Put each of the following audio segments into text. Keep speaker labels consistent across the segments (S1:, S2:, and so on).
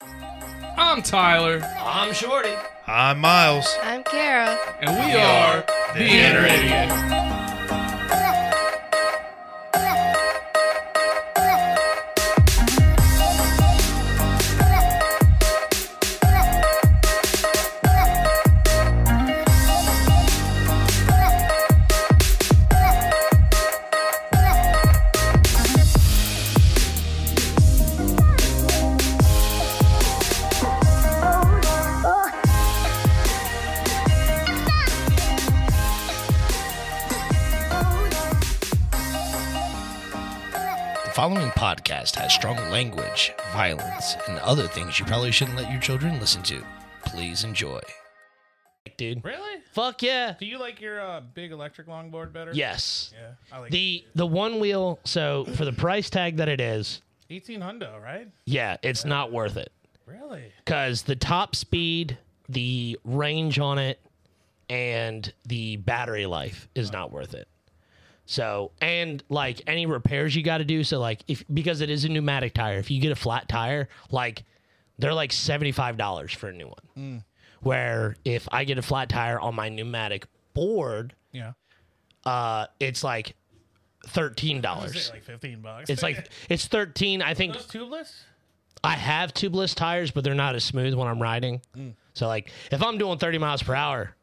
S1: I'm Tyler,
S2: I'm Shorty.
S3: I'm Miles.
S4: I'm Kara.
S1: and we are the Inner Idiot.
S2: The following podcast has strong language, violence, and other things you probably shouldn't let your children listen to. Please enjoy. Dude.
S5: Really?
S2: Fuck yeah.
S5: Do you like your uh, big electric longboard better?
S2: Yes.
S5: Yeah. I like
S2: The the one wheel, so for the price tag that it is,
S5: 18 hundo, right?
S2: yeah, it's not worth it.
S5: Really?
S2: Cause the top speed, the range on it, and the battery life is not worth it. So and like any repairs you gotta do, so like if because it is a pneumatic tire, if you get a flat tire, like they're like seventy five dollars for a new
S5: Hmm.
S2: one. Where if I get a flat tire on my pneumatic board,
S5: Yeah.
S2: uh, it's like thirteen
S5: Is
S2: dollars.
S5: it like 15 bucks?
S2: It's like it's thirteen. I think
S5: Those tubeless?
S2: I have tubeless tires, but they're not as smooth when I'm riding.
S5: Mm.
S2: So like if I'm doing thirty miles per hour,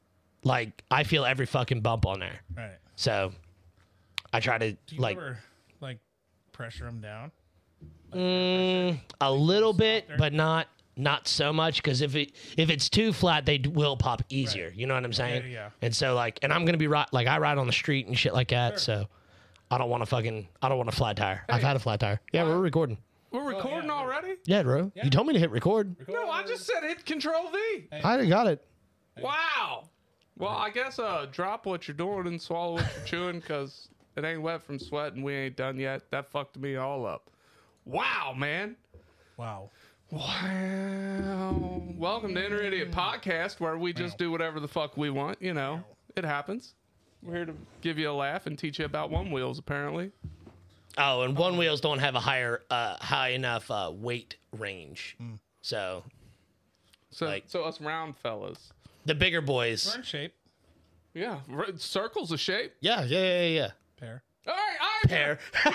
S2: like I feel every fucking bump on there.
S5: Right.
S2: So I try to
S5: Do you
S2: like
S5: ever like pressure them down?
S2: mm, a little bit, but not not so much because if it if it's too flat, they d- will pop easier. You know what I'm saying?
S5: yeah.
S2: And so like, and I'm gonna be right. Like I ride on the street and shit like that. So I don't want to fucking I don't want a flat tire. I've had a flat tire. Yeah, we're recording.
S1: We're recording already?
S2: Yeah, bro. You told me to hit record.
S1: No, I just said hit Control V.
S2: I got it.
S1: Wow. Well, I guess uh, drop what you're doing and swallow what you're chewing because it ain't wet from sweat and we ain't done yet. That fucked me all up. Wow, man.
S5: Wow.
S1: Wow. Welcome to Inner Idiot Podcast, where we just do whatever the fuck we want. You know, it happens. We're here to give you a laugh and teach you about one wheels, apparently.
S2: Oh, and one wheels don't have a higher, uh, high enough uh, weight range. So
S1: So,
S2: Like-
S1: so us round fellas.
S2: the bigger boys.
S5: We're in shape.
S1: Yeah, r- circles of shape.
S2: Yeah, yeah, yeah, yeah.
S5: Pair.
S1: All right, I'm
S2: Hair.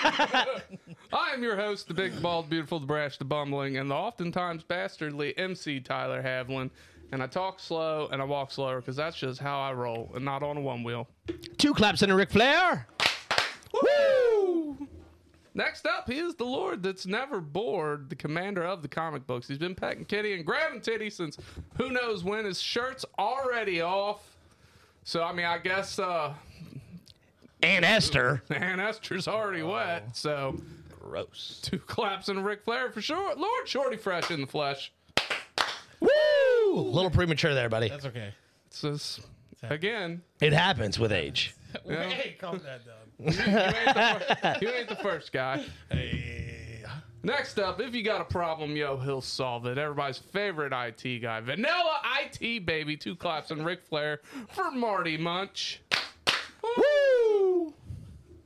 S1: I am your host, the big, bald, beautiful, the brash, the bumbling, and the oftentimes bastardly MC Tyler Havlin. And I talk slow and I walk slower because that's just how I roll and not on a one wheel.
S2: Two claps and a Ric Flair.
S1: Woo! Next up, he is the Lord that's never bored, the commander of the comic books. He's been petting kitty and grabbing titty since who knows when. His shirt's already off. So, I mean, I guess uh,
S2: And Esther.
S1: Ann Esther's already wet. So,
S2: Gross.
S1: two claps and a Ric Flair for sure. Lord Shorty Fresh in the flesh.
S2: Woo! A little premature there, buddy.
S5: That's okay.
S1: It's just, again,
S2: It happens with age.
S5: Hey, calm that down.
S1: you ain't, the first, you ain't the first guy.
S5: Hey.
S1: Next up, if you got a problem, yo, he'll solve it. Everybody's favorite IT guy, Vanilla IT Baby, two claps and Ric Flair for Marty Munch. Woo!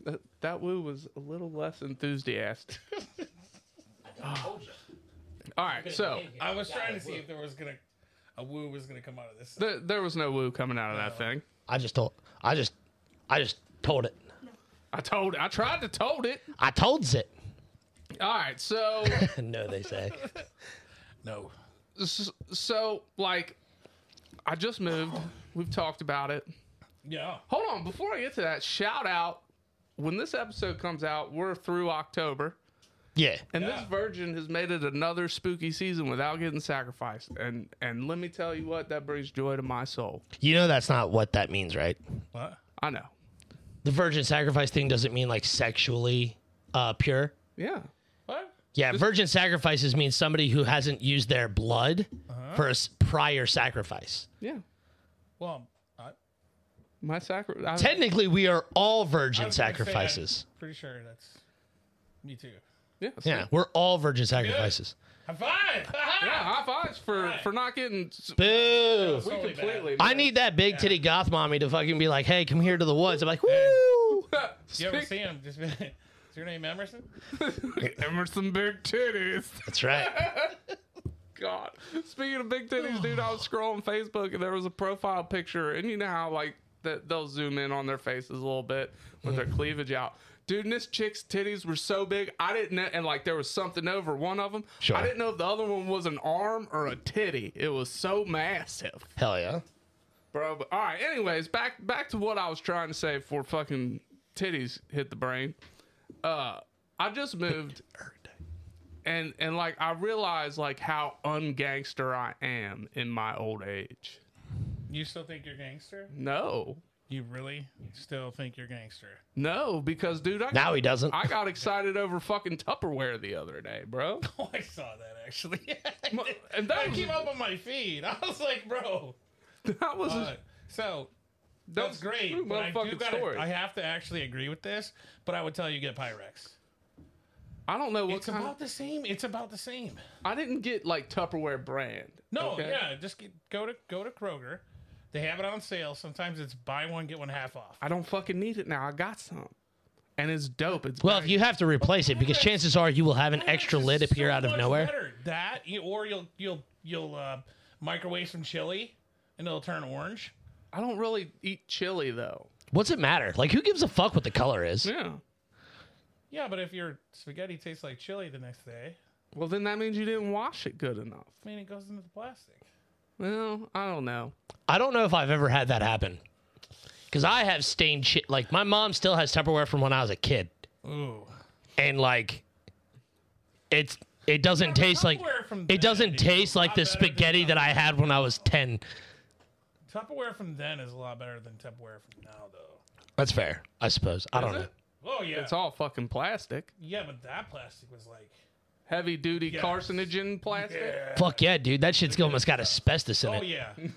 S1: That, that woo was a little less enthusiastic. All right, so
S5: I was trying to see if there was gonna a woo was gonna come out of this.
S1: th- there was no woo coming out of that thing.
S2: I just told. I just. I just told it.
S1: I told, I tried to told it.
S2: I told it.
S1: All right, so
S2: no, they say.
S5: No.
S1: s- so like, I just moved. We've talked about it.
S5: Yeah.
S1: Hold on, before I get to that, shout out. When this episode comes out, we're through October,
S2: Yeah.
S1: and this virgin has made it another spooky season without getting sacrificed. And and let me tell you what, that brings joy to my soul.
S2: You know that's not what that means, right?
S5: What?
S1: I know.
S2: The virgin sacrifice thing doesn't mean like sexually uh, pure.
S1: Yeah.
S5: What?
S2: Yeah, virgin sacrifices means somebody who hasn't used their blood
S5: Uh-huh.
S2: for a s- prior sacrifice.
S1: Yeah.
S5: Well, I,
S1: My sacri- I,
S2: Technically, we are all virgin
S5: was gonna say that.
S2: sacrifices.
S5: pretty sure that's me too.
S1: Yeah. see?
S2: Yeah, we're all virgin sacrifices.
S5: High five!
S1: Yeah, High fives for for not getting s-
S2: Boo!
S5: Totally bad.
S1: completely.
S2: I need that big titty goth mommy to fucking be like, "Hey, come here to the woods." I'm like, "Woo!"
S5: You ever
S1: Speak-
S5: see him? Just be, is your name Emerson?
S1: Emerson big titties.
S2: That's right.
S1: god. Speaking of big titties, dude, I was scrolling Facebook and there was a profile picture, and you know how like th- they'll zoom in on their faces a little bit with their cleavage out. Dude, and this chick's titties were so big, I didn't know, and like there was something over one of them.
S2: Sure.
S1: I didn't know if the other one was an arm or a titty. It was so massive,
S2: Hell yeah.
S1: bro. But, all right, anyways, back back to what I was trying to say before fucking titties hit the brain. Uh, I just moved and and like I realize like how ungangster I am in my old age.
S5: You still think you're gangster?
S1: No,
S5: You really still think you're gangster?
S1: no, because dude, I
S2: Now he doesn't.
S1: I got excited over fucking Tupperware the other day, bro.
S5: Oh, I saw that actually.
S1: Mo- and that
S5: that
S1: was-
S5: came up on my feed. I was like, bro.
S1: That was
S5: uh, so
S1: that
S5: that's
S1: was
S5: great.
S1: true
S5: But I, do
S1: motherfucking
S5: gotta,
S1: story.
S5: I have to actually agree with this, but I would tell you get Pyrex.
S1: I don't know what
S5: It's
S1: kind.
S5: about the same. It's about the same.
S1: I didn't get like Tupperware brand.
S5: No,
S1: okay?
S5: yeah, just get, go to go to Kroger. They have it on sale. Sometimes it's buy one get one half off.
S1: I don't fucking need it now. I got some, and it's dope. It's
S2: Well, you have to replace it because chances are you will have an extra
S5: It's
S2: lid
S5: so
S2: appear out of
S5: much
S2: nowhere.
S5: better. That you- or you'll you'll you'll uh, microwave some chili and it'll turn orange.
S1: I don't really eat chili though.
S2: What's it matter? Like, who gives a fuck what the color is?
S1: Yeah.
S5: Yeah, but if your spaghetti tastes like chili the next day,
S1: Well, then that means you didn't wash it good enough.
S5: I mean it goes into the plastic.
S1: Well, I don't know.
S2: I don't know if I've ever had that happen. Because I have stained shit. Like, my mom still has Tupperware from when I was a kid.
S5: Ooh,
S2: And, like, it's. It doesn't taste like
S5: Tupperware from then
S2: it doesn't
S5: is a
S2: taste like
S5: lot
S2: the
S5: better than
S2: spaghetti that I had when I was ten.
S5: Tupperware from then is a lot better than Tupperware from now, though.
S2: That's fair, I suppose. I don't know.
S5: Oh yeah,
S1: It's all fucking plastic.
S5: yeah, but that plastic was like
S1: heavy duty
S5: Yes.
S1: carcinogen plastic.
S5: yeah.
S2: Fuck yeah, dude. That shit's almost got asbestos in
S5: Oh
S2: it.
S5: yeah,
S1: You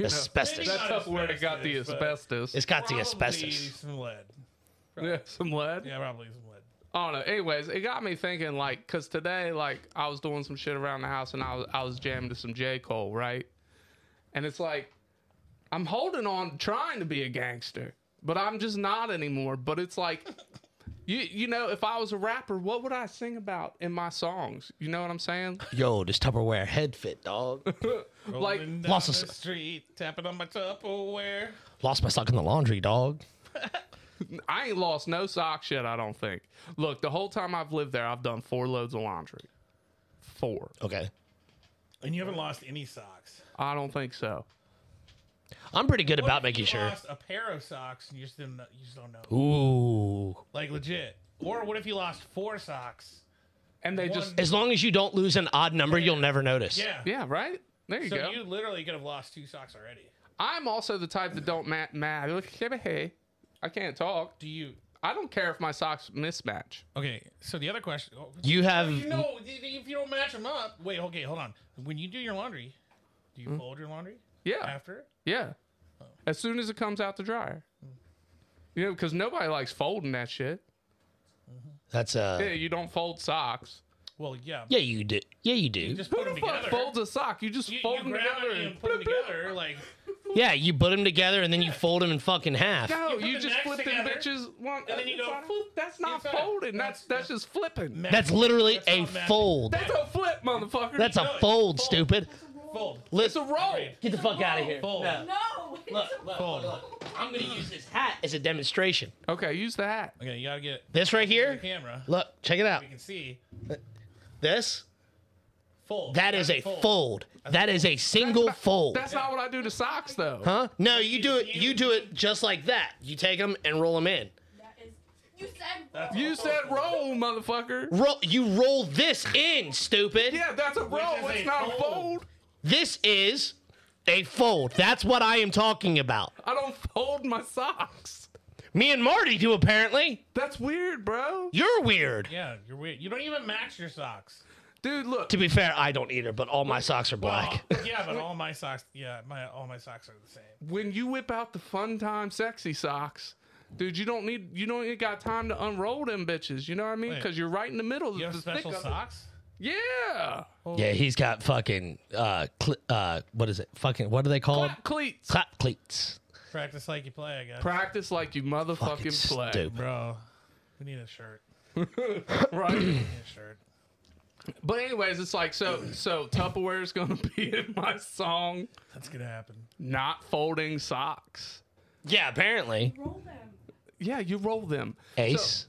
S1: know,
S2: Asbestos.
S1: that's up where it got the
S5: Asbestos, but-
S1: asbestos.
S2: It's got the
S5: probably
S2: asbestos.
S5: some lead.
S1: Yeah, some lead.
S5: Yeah, probably some lead.
S1: I don't know. Oh, Anyways, it got me thinking, like, because today, like, I was doing some shit around the house and I was, I was jamming to some J. Cole, right? And it's like, I'm holding on, trying to be a gangster, but I'm just not anymore. But it's like, you you know, if I was a rapper, what would I sing about in my songs? You know what I'm saying?
S2: Yo, this Tupperware head fit, dog.
S1: Like,
S5: Rolling down
S2: Lost
S5: the
S2: us-
S5: street, tapping on my Tupperware.
S2: Lost my sock in the laundry, dog.
S1: I ain't lost no sock shit, I don't think. Look, the whole time I've lived there, I've done four loads of laundry. Four.
S2: Okay.
S5: And you haven't lost any socks.
S1: I don't think so.
S2: I'm pretty good
S5: What
S2: about
S5: if
S2: making
S5: you
S2: sure.
S5: Lost a pair of socks and you just didn't. know- You just don't know.
S2: Ooh.
S5: Like legit. Or what if you lost four socks?
S1: And they
S5: One-
S1: just,
S2: As long as you don't lose an odd number, you'll never notice.
S5: Yeah.
S1: yeah, right? There you
S5: So
S1: go.
S5: you literally could have lost two socks already.
S1: I'm also the type that don't ma ma- look, Hey, I can't talk.
S5: Do you?
S1: I don't care if my socks mismatch.
S5: Okay. So the other question. Oh,
S2: You have
S5: you know, if you don't match them up. Wait. Okay. Hold on. When you do your laundry, do you fold your laundry
S1: Yeah,
S5: after?
S1: yeah. As soon as it comes out the dryer. You know, because nobody likes folding that shit.
S2: that's
S1: Yeah,
S2: uh
S1: you don't fold socks.
S5: Well, yeah.
S2: Yeah, you do. Yeah, you do.
S5: Just
S1: Who
S5: put
S1: the
S5: them
S1: fuck
S5: together.
S1: folds a sock? You just
S5: you, you
S1: fold them
S5: grab
S1: together
S5: it
S1: and
S5: and put them together. Like
S2: Yeah, you put them together and then you fold them in fucking half.
S1: No,
S5: put
S1: you
S5: the
S1: just
S5: necks
S1: flip them
S5: together,
S1: bitches one.
S5: and then you go,
S1: inside.
S5: "Foop,"
S1: That's not
S5: inside.
S1: folding. That's
S5: That's-
S1: that's just flipping.
S2: That's literally
S5: That's
S2: a
S5: not matching.
S2: fold.
S1: That's a flip, motherfucker.
S2: That's
S5: No,
S2: a
S5: it's
S2: fold,
S5: fold.
S2: stupid.
S5: fold.
S1: it's a
S2: Listen,
S1: roll.
S2: get the fuck out of here.
S5: Fold.
S2: No.
S3: No.
S2: Look, look, look, look. I'm gonna use this hat as a demonstration.
S1: Okay, use the hat.
S5: Okay, you gotta get
S2: This right
S5: the
S2: here.
S5: camera.
S2: Look, check it out.
S5: You can see
S2: This.
S5: fold.
S2: That is a fold. That is a single fold.
S1: That's not what I do to socks though.
S2: Huh? No, you do it. You do it just like that. You take them and roll them in.
S3: That is. You said.
S5: That's-
S1: You said roll, motherfucker.
S2: Roll. You roll this in, stupid.
S1: Yeah, that's a roll.
S5: is
S1: It's
S5: a
S1: not a
S5: fold.
S1: fold.
S2: This is a fold. That's what I am talking about.
S1: I don't fold my socks.
S2: Me and Marty do apparently.
S1: That's weird, bro.
S2: You're weird.
S5: Yeah, you're weird. You don't even match your socks.
S1: Dude, look.
S2: To be fair, I don't either, but all my socks are black.
S5: Oh, yeah, but all my socks. Yeah, my all my socks are the same.
S1: When you whip out the fun time sexy socks, dude, you don't need you don't even got time to unroll them bitches. You know what I mean?
S5: Wait.
S1: Because you're right in the middle of
S5: You have
S1: the thick
S5: special
S1: of it.
S5: socks. Oh.
S1: Yeah.
S2: Yeah, he's got fucking uh, cl- uh, what is it? Fucking what are they called?
S1: Clap cleats.
S2: Clap cleats.
S5: Practice like you play, I guess.
S1: Practice like you
S2: Fucking
S1: motherfucking play.
S2: stupid.
S5: Bro, we need a shirt.
S1: Right?
S5: We need a shirt.
S1: But anyways, it's like so so Tupperware is gonna be in my song.
S5: That's gonna happen.
S1: Not folding socks.
S2: Yeah, apparently.
S3: Roll them.
S1: Yeah, you roll them.
S2: Ace,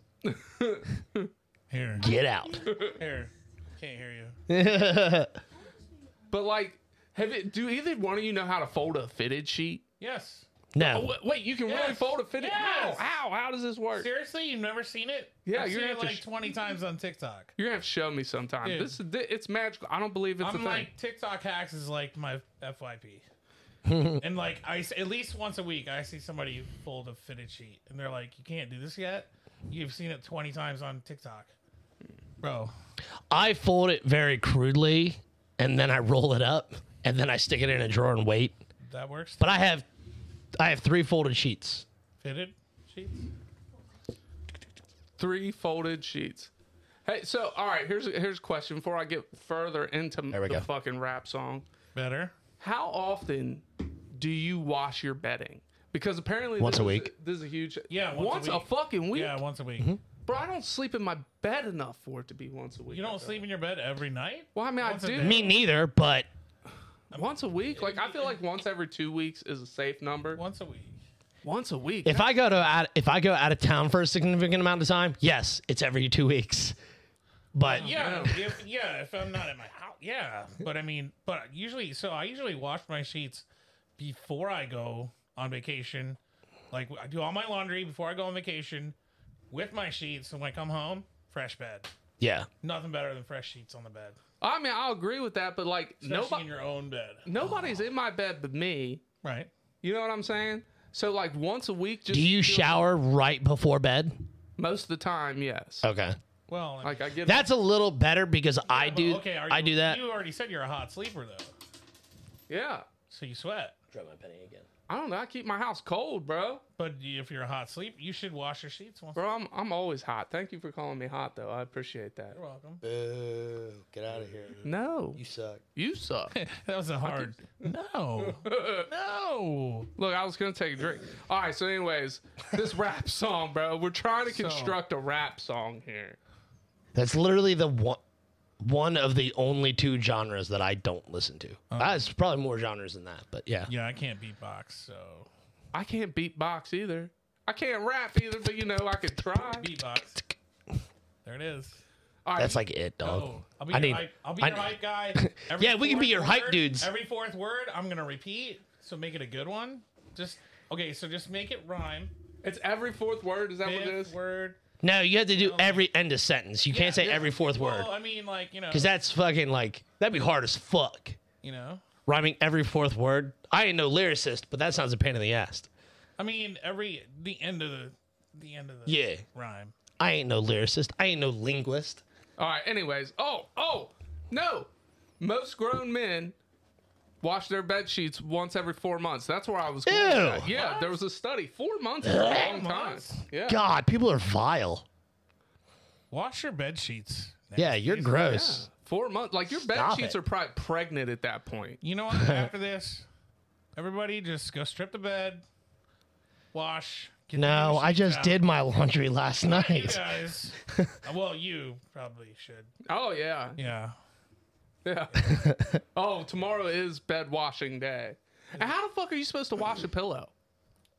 S5: Here,
S2: get out.
S5: here. Can't hear you.
S1: But like, have it? Do either one of you know how to fold a fitted sheet?
S5: Yes.
S1: Oh,
S2: No.
S1: wait, wait, you can really
S5: Yes.
S1: fold a fitted?
S5: Yes.
S1: How? How? How does this work?
S5: Seriously, you've never seen it?
S1: Yeah,
S5: I've
S1: you're
S5: seen
S1: gonna
S5: it
S1: have to
S5: like
S1: sh-
S5: twenty times on TikTok.
S1: You're gonna have to show me sometime.
S5: Dude.
S1: This is thi- it's magical. I don't believe it's a
S5: I'm
S1: thing.
S5: like TikTok hacks is like my FYP. and like I s- at least once a week I see somebody fold a fitted sheet and they're like, "You can't do this yet. You've seen it 20 times on TikTok." Bro,
S2: I fold it very crudely and then I roll it up and then I stick it in a drawer and wait.
S5: that works.
S2: But I have I have three folded sheets.
S5: Fitted sheets?
S1: Three folded sheets. Hey, so all right, here's a- here's a question before I get further into
S2: There we
S1: the
S2: go.
S1: fucking rap song.
S5: Better.
S1: How often do you wash your bedding? Because apparently
S2: Once
S1: this
S2: a
S1: is-
S2: week.
S1: this is a huge
S5: Yeah,
S1: once,
S5: once a
S1: a,
S5: week.
S1: fucking week. Mm-hmm.
S5: Yeah, once a week.
S1: Bro, I don't sleep in my bed enough for it to be once a week.
S5: You
S1: I
S5: don't
S1: feel
S5: sleep in your bed every night?
S1: Well, I mean, I
S5: Once a
S1: do
S5: day.
S2: Me neither, but
S1: once a week. Like I feel like once every two weeks is a safe number.
S5: Once a week.
S1: Once a week.
S2: if I go to out, if I go out of town for a significant amount of time, yes, it's every 2 weeks. But
S5: Yeah,
S1: no.
S5: if, yeah. If I'm not at my house, yeah. But I mean, but usually, so I usually wash my sheets before I go on vacation. Like I do all my laundry before I go on vacation with my sheets. And when I come home, fresh bed.
S2: yeah.
S5: Nothing better than fresh sheets on the bed,
S1: I mean, I'll agree with that, but like
S5: especially
S1: nobody,
S5: in your own bed.
S1: nobody's in my bed but me.
S5: Right.
S1: You know what I'm saying? So like once a week, just
S2: Do you
S1: feel-
S2: shower right before bed?
S1: most of the time? Yes.
S2: Okay.
S5: Well, I mean-
S1: Like I get
S2: That's a little better because I
S5: Well,
S2: do
S5: Oh, are
S2: I
S5: you-
S2: do that.
S5: You already said you're a hot sleeper though,
S1: Yeah.
S5: so you sweat.
S2: Drop my penny again.
S1: I don't know. I keep my house cold, bro.
S5: But if you're a hot sleep, you should wash your sheets once.
S1: Bro, I'm I'm always hot. Thank you for calling me hot, though. I appreciate that.
S5: You're welcome.
S4: Boo. Get out of here.
S1: No,
S4: You suck.
S1: you suck.
S5: That was a hard. No. no.
S1: Look, I was gonna take a drink. All right. So, anyways, this rap song, bro. We're trying to construct a rap song here.
S2: That's literally the one one of the only two genres that I don't listen to.
S5: Oh.
S2: That's probably more genres than that, but yeah.
S5: Yeah, I can't beatbox, so
S1: I can't beatbox either. I can't rap either, but you know I could try.
S5: beatbox. There it is.
S1: All right,
S2: That's like it, dog.
S5: Oh, I'll be
S2: I
S5: your
S2: need-
S5: hype. I'll be
S2: I
S5: your
S2: need-
S5: hype guy.
S2: Yeah, we can be
S5: fourth
S2: your hype
S5: word-
S2: dudes.
S5: Every fourth word, I'm gonna repeat. So make it a good one. Just okay. So just make it rhyme.
S1: it's every fourth word. Is that what it
S5: Fifth
S1: is?
S5: word.
S2: No, you have to do every end of sentence. You
S5: Um, Yeah,
S2: can't say
S5: yeah.
S2: every fourth word.
S5: Well, I mean, like you know,
S2: Because that's fucking like, that'd be hard as fuck.
S5: you know,
S2: Rhyming every fourth word. I ain't no lyricist, but that sounds a pain in the ass.
S5: I mean, every the end of the the end of the
S2: Yeah.
S5: rhyme.
S2: I ain't no lyricist. I ain't no linguist.
S1: All right. Anyways, oh, oh, no. Most grown men wash their bed sheets once every four months. That's where I was. Going with
S2: Ew.
S1: that. Yeah, there was a study. Four months is a long time.
S5: months?
S1: Yeah.
S2: God, people are vile.
S5: Wash your bed sheets.
S2: Yeah, you're
S1: Yeah,
S2: gross.
S1: Four months. Like your bed
S2: Stop
S1: sheets
S2: it.
S1: are probably pregnant at that point.
S5: You know what? After this, everybody just go strip the bed, wash. get the
S2: No,
S5: new
S2: I
S5: sheets
S2: just
S5: out.
S2: did my laundry last
S5: You
S2: night.
S5: guys. Uh, well, you probably should.
S1: Oh yeah,
S5: Yeah.
S1: yeah. oh, tomorrow is bed washing day. And how the fuck are you supposed to wash a pillow?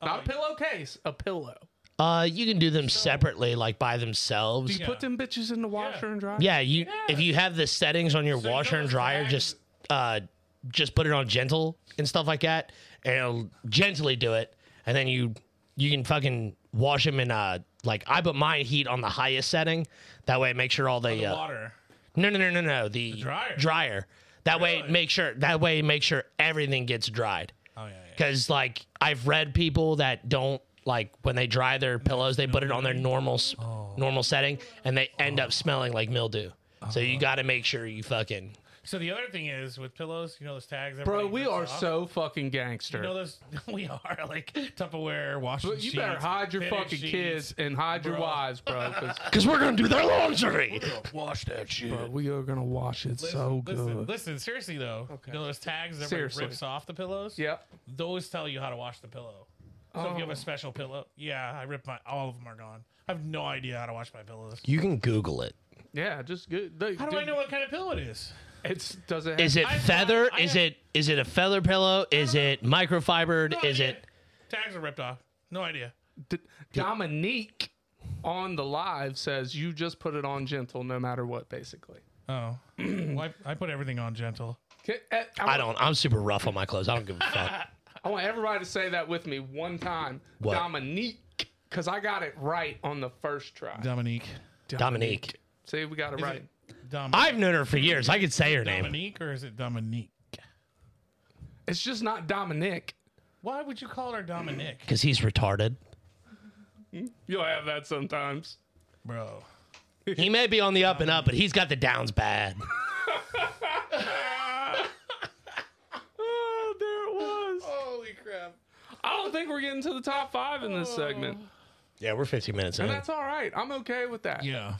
S1: Not
S5: Um,
S1: a pillowcase, a pillow.
S2: Uh, you can do them separately, like by themselves.
S1: You put them bitches in the washer and dryer.
S2: Yeah, you if you have the settings on your
S5: you
S2: washer
S5: know
S2: and
S5: those
S2: dryer,
S5: tags-
S2: just uh, just put it on gentle and stuff like that, and it'll gently do it. And then you you can fucking wash them in uh like I put my heat on the highest setting. That way, it makes sure all the, uh,
S5: Water.
S2: no no no no no the,
S5: dryer.
S2: That way, it make sure that way it make sure everything gets dried.
S5: Oh yeah. yeah.
S2: Because like I've read people that don't like when they dry their pillows, they put it on their normal s normal setting, and they end up smelling like mildew. So
S5: Uh-huh.
S2: you got to make sure you fucking
S5: So the other thing is with pillows, you know those tags.
S1: Bro,
S5: everybody
S1: we
S5: rips
S1: are
S5: off?
S1: so fucking gangster.
S5: You know those we are like Tupperware washing.
S1: But you better
S5: sheets,
S1: hide your
S5: fitted
S1: fucking
S5: sheets.
S1: kids and hide your
S5: Bro.
S1: wives, bro. 'cause,
S2: because we're gonna do their laundry.
S5: Wash that shit.
S1: bro, we are gonna wash it so good.
S5: Listen, listen, seriously though, you know those tags that
S1: Seriously.
S5: rips off the pillows.
S1: Yep. Oh.
S5: those tell you how to wash the pillow. So if you have a special pillow, yeah, I ripped my. All of them are gone. I have no idea how to wash my pillows.
S2: You can Google it.
S1: Yeah, just good. They,
S5: How do I know what kind of pillow it is?
S1: It's does it? Have,
S2: Is it
S5: I-
S2: feather?
S5: I- I
S2: is
S5: have-
S2: it is it a feather pillow? Is it microfibered?
S5: No
S2: is
S5: idea.
S2: it
S5: Tags are ripped off. No idea.
S1: D- Dominique on the live says you just put it on gentle no matter what, basically.
S5: Oh, well, I, I put everything on gentle.
S1: Can- eh, I,
S2: I
S1: want,
S2: don't. I'm super rough on my clothes. I don't give a fuck.
S1: I want everybody to say that with me one time,
S2: What?
S1: Dominique, because I got it right on the first try.
S5: Dominique.
S2: Dominique.
S1: See, we got it right.
S5: Dom-
S2: I've known her for years. I could say her name.
S5: Dominique or is it Dominique?
S1: It's just not Dominic.
S5: Why would you call her Dominique,
S2: Because he's retarded.
S1: You'll have that sometimes.
S5: bro?
S2: He may be on the up and up, but he's got the downs bad.
S1: Oh, there it was.
S5: Holy crap! Oh.
S1: I don't think we're getting to the top five in this segment.
S2: Yeah, we're 15 minutes in.
S1: That's all right. I'm okay with that.
S5: Yeah.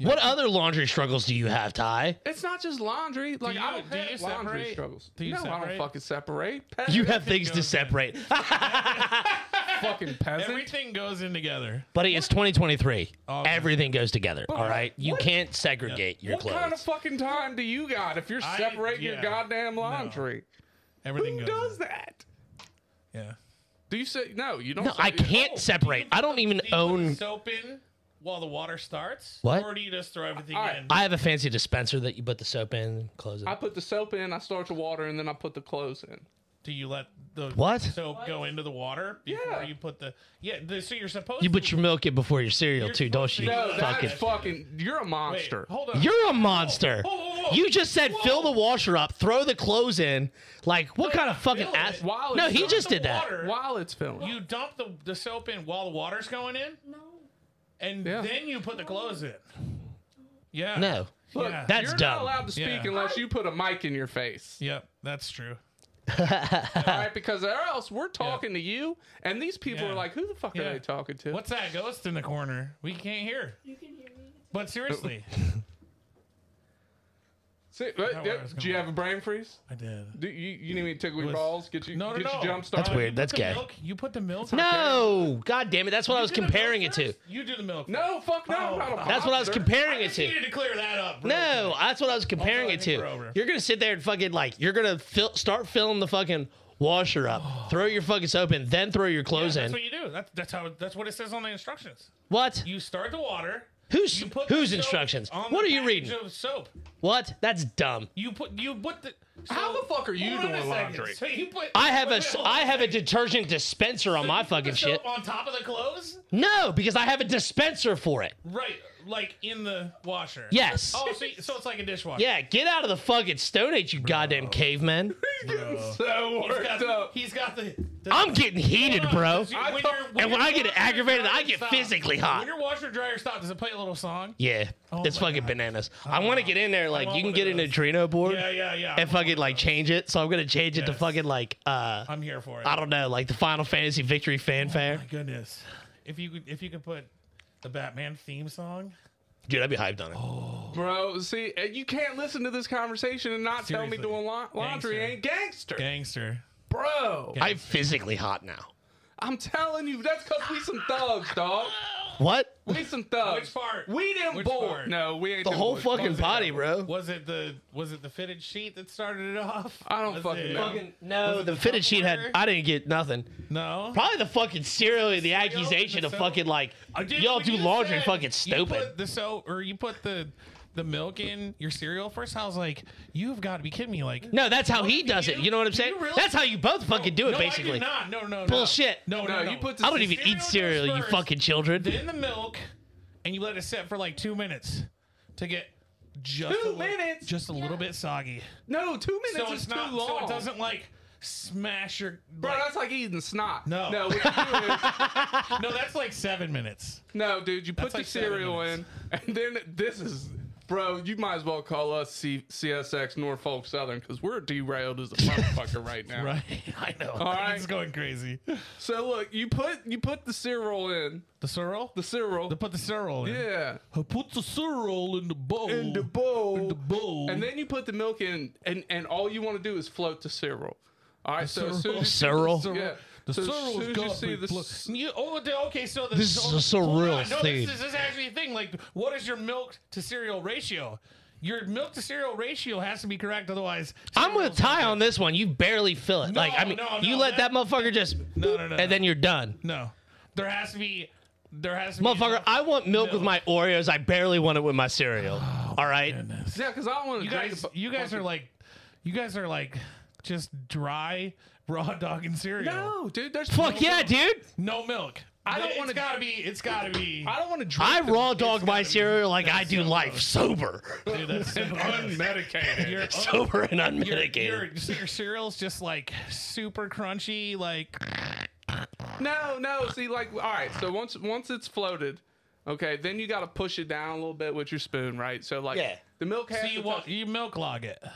S2: What other laundry struggles do you have, Ty?
S1: It's not just laundry. Like
S5: you-
S1: I don't
S5: do
S1: have
S5: you
S1: laundry
S5: separate?
S1: struggles.
S5: Do you
S1: no, I don't
S5: separate?
S1: fucking separate. Pe-
S2: You have things to separate.
S1: fucking peasant.
S5: Everything goes in together.
S2: Buddy, it's 2023.
S5: Oh,
S2: Everything goes together, all right? You
S1: what-
S2: can't segregate your
S1: what
S2: clothes.
S1: kind of fucking time do you got if you're
S5: I-
S1: separating your
S5: yeah.
S1: goddamn laundry?
S5: Everything
S1: Who
S5: goes.
S1: does
S5: in.
S1: that?
S5: Yeah.
S1: Do you say no? You don't.
S2: no,
S1: say-
S2: I can't separate. I don't even
S5: Do you put the
S2: own.
S5: soap in while the water starts.
S2: What?
S5: Or do you just throw everything
S1: All right.
S5: in?
S2: I have a fancy dispenser that you put the soap in, close it.
S1: I put the soap in. I start the water, and then I put the clothes in.
S5: Do you let the
S2: What?
S5: soap go into the water before
S1: Yeah.
S5: you put the yeah? The, so you're supposed
S2: You
S5: to.
S2: put your milk in before your cereal
S5: You're
S2: too, don't
S5: supposed
S2: you?
S5: to-
S1: No, that's
S2: fucking.
S1: fucking. You're a
S5: Wait,
S1: monster.
S5: hold on.
S2: You're a monster.
S5: Whoa, whoa, whoa.
S2: You just said fill the washer up, throw the clothes in. Like what kind of fucking
S5: fill
S2: ass?
S5: it.
S1: While
S2: No,
S1: it's
S2: he
S1: not
S2: just
S5: the
S2: did that.
S5: water,
S1: While it's filming,
S5: You dump the, the soap in while the water's going in,
S3: No.
S5: and
S1: Yeah.
S5: then you put the clothes in. Yeah.
S2: No.
S1: Look,
S5: Yeah.
S2: That's
S1: you're
S2: dumb.
S1: not allowed to speak
S5: Yeah.
S1: unless you put a mic in your face.
S5: Yep, that's true.
S1: All right, because or else we're talking to you, and these people
S5: Yeah.
S1: are like, "Who the fuck are
S5: Yeah.
S1: they talking to?"
S5: What's that ghost in the corner? We can't hear.
S3: You can hear me.
S5: But seriously,
S1: See, uh,
S5: where
S1: yeah,
S5: I was
S1: do you
S5: going.
S1: have a brain freeze?
S5: I did.
S1: Do you, you need me to tickle your
S5: Was-
S1: balls? Get you
S5: No, no,
S1: get
S5: no.
S1: you jump
S2: That's
S1: started?
S2: weird.
S5: You
S2: That's
S5: put the
S2: gay.
S5: Milk, you put the milk.
S2: No. God damn it. That's what I was
S5: You do the
S2: comparing it
S5: milk
S2: to.
S5: first? You do the milk.
S1: No, fuck no. I'm
S5: Oh.
S1: not a
S2: That's what I was
S1: monster.
S2: comparing
S5: I
S2: it
S5: just
S2: to.
S5: needed to clear that up. real
S2: No,
S5: quick.
S2: that's what I was comparing
S5: I
S2: it
S5: think we're
S2: to.
S5: over.
S2: You're gonna sit there and fucking like you're gonna fill, start filling the fucking washer up, throw your fucking soap in, then throw your clothes
S5: That's
S2: in.
S5: what you do. That's that's how that's what it says on the instructions.
S2: what?
S5: You start the water.
S2: Whose
S5: You put the
S2: whose
S5: soap
S2: instructions?
S5: on
S2: What
S5: the
S2: are you
S5: package
S2: reading?
S5: Of soap.
S2: What? That's dumb.
S5: You put you put the.
S1: How the fuck are you
S5: Hold on a
S1: doing
S5: second.
S1: laundry?
S5: So you put.
S2: I have a
S5: wait,
S2: s-
S5: hold on.
S2: I have a detergent dispenser on
S5: So
S2: my
S5: you put the
S2: fucking shit.
S5: soap On top of the clothes.
S2: No, because I have a dispenser for it.
S5: Right, like in the washer.
S2: Yes.
S5: Oh, so, you- so it's like a dishwasher.
S2: Yeah, get out of the fucking stone age, you goddamn cavemen.
S1: So
S5: He's
S1: worked
S5: got,
S1: up.
S5: he's got the. the
S2: I'm getting heated, bro.
S5: When
S1: I
S5: you're-
S1: thought-
S2: And when
S5: your
S2: I get
S5: washer
S2: aggravated, I
S5: dryer
S2: get
S5: stops-
S2: physically hot.
S5: When your washer dryer stop, does it play a little song?
S2: Yeah, it's
S5: Oh my
S2: fucking bananas. I want to get in there like
S5: I'm
S2: you can
S5: all
S2: get
S5: into
S2: an
S5: this.
S2: Adreno board
S5: Yeah, yeah, yeah.
S2: and fucking like change it. So I'm gonna change it to
S5: Yes.
S2: fucking like uh
S5: I'm here for it.
S2: I don't know like the Final Fantasy Victory fanfare.
S5: Oh My goodness, if you could- if you could put the Batman theme song,
S2: Dude, I'd be hyped on it.
S5: Oh.
S1: Bro, see, uh, you can't listen to this conversation and not tell
S5: Seriously.
S1: me doing la- laundry
S5: Gangster.
S1: ain't gangster.
S5: gangster.
S1: Bro,
S2: I'm physically hot now.
S1: I'm telling you, that's because we some thugs, dog.
S2: What?
S1: We some thugs.
S5: Which part?
S1: We didn't
S5: Which
S1: board.
S5: part?
S1: No, we ain't
S2: The
S1: them
S2: whole
S1: boys.
S2: fucking
S1: Fuck that.
S2: body, bro.
S5: Was it the was it the fitted sheet that started it off?
S1: I don't
S5: Was
S1: fucking
S5: it-
S1: know.
S2: No, the fitted sheet had.
S5: Tupperware?
S2: I didn't get nothing.
S5: No.
S2: Probably the fucking cereal and the
S5: and
S2: accusation
S5: the
S2: of
S5: soap.
S2: fucking like
S5: Uh, dude,
S2: y'all
S5: when
S2: do
S5: you
S2: laundry
S5: said
S2: fucking
S5: You
S2: stupid.
S5: put the soap or you put the the milk in your cereal first. I was like, you've got to be kidding me! Like,
S2: No, that's how he does it.
S5: you-
S2: You know what I'm
S5: do
S2: saying?
S5: you really-
S2: That's how you both fucking do it,
S5: no, I
S2: basically.
S5: did not. No, no, no.
S2: Bullshit.
S5: No, no,
S1: No,
S5: no.
S1: you put the
S2: I don't even eat cereal,
S5: Cereal goes
S2: you
S5: first.
S2: fucking children.
S5: then the milk, and you let it sit for like two minutes to get just
S1: Two
S5: a li-
S1: minutes?
S5: just a
S3: Yeah.
S5: little bit soggy.
S1: No, two minutes
S5: so
S1: is
S5: it's
S1: too
S5: not.
S1: long.
S5: So it doesn't like smash your.
S1: Bro,
S5: like-
S1: that's like eating snot.
S5: No.
S1: No, what you do is,
S5: no, that's like seven minutes.
S1: no, dude, you put
S5: That's
S1: the
S5: like seven
S1: cereal in,
S5: minutes.
S1: and then this is, bro, you might as well call us C- CSX Norfolk Southern because we're derailed as a motherfucker right now.
S5: Right. I know.
S1: All right.
S5: It's going crazy.
S1: So look, you put you put the cereal in
S5: The cereal.
S1: the cereal.
S5: They put the cereal in.
S1: yeah.
S5: I put the cereal in the bowl.
S1: In the bowl.
S5: In the bowl.
S1: And then you put the milk in, and, and all you want to do is float the cereal. All right, so as soon
S5: cereal.
S1: as you-
S2: Cereal.
S1: Yeah.
S5: The
S1: So as
S5: Sorrel's
S1: soon as you
S5: got
S1: see
S5: big
S1: this-
S5: blo- You- oh, the- okay, so the,
S2: This is a
S5: hold on,
S2: surreal
S5: no,
S2: thing.
S5: This, is- this is actually a thing. Like, what is your milk to cereal ratio? Your milk to cereal ratio has to be correct, otherwise.
S2: I'm with
S5: cereal's
S2: Ty
S5: not
S2: on this one. You barely fill it. like I mean,
S5: no, no,
S2: you let that,
S5: that-
S2: motherfucker just,
S5: No, no, no,
S2: and
S5: no.
S2: then you're done,
S5: good. No, there has to be. There has to be.
S2: motherfucker. I want milk with my Oreos. I barely want it with my cereal.
S5: Oh,
S2: All right,
S1: Yeah, because I want to
S5: you
S1: drink.
S5: guys,
S1: a bu-
S5: you guys are like, you guys are like, just dry raw dog and cereal.
S1: no, dude. There's
S2: fuck
S1: no-
S2: yeah, dude.
S5: No milk. I
S1: don't
S5: don't want
S1: wanna-
S5: to. Gotta be. It's gotta be.
S1: I don't want to drink.
S2: I
S1: the-
S2: raw dog my
S5: gotta be-
S2: cereal like I do
S5: so
S2: life sober,
S5: do this.
S1: unmedicated.
S5: Oh. You're-
S2: sober and
S5: your,
S2: unmedicated.
S5: your, your cereal's just like super crunchy, like
S1: No, no. See, like, all right. So once once it's floated, okay, then you got to push it down a little bit with your spoon, right? So like,
S4: Yeah.
S1: the milk has
S5: so
S1: to
S5: you
S1: touch
S5: want you milk log it.
S1: a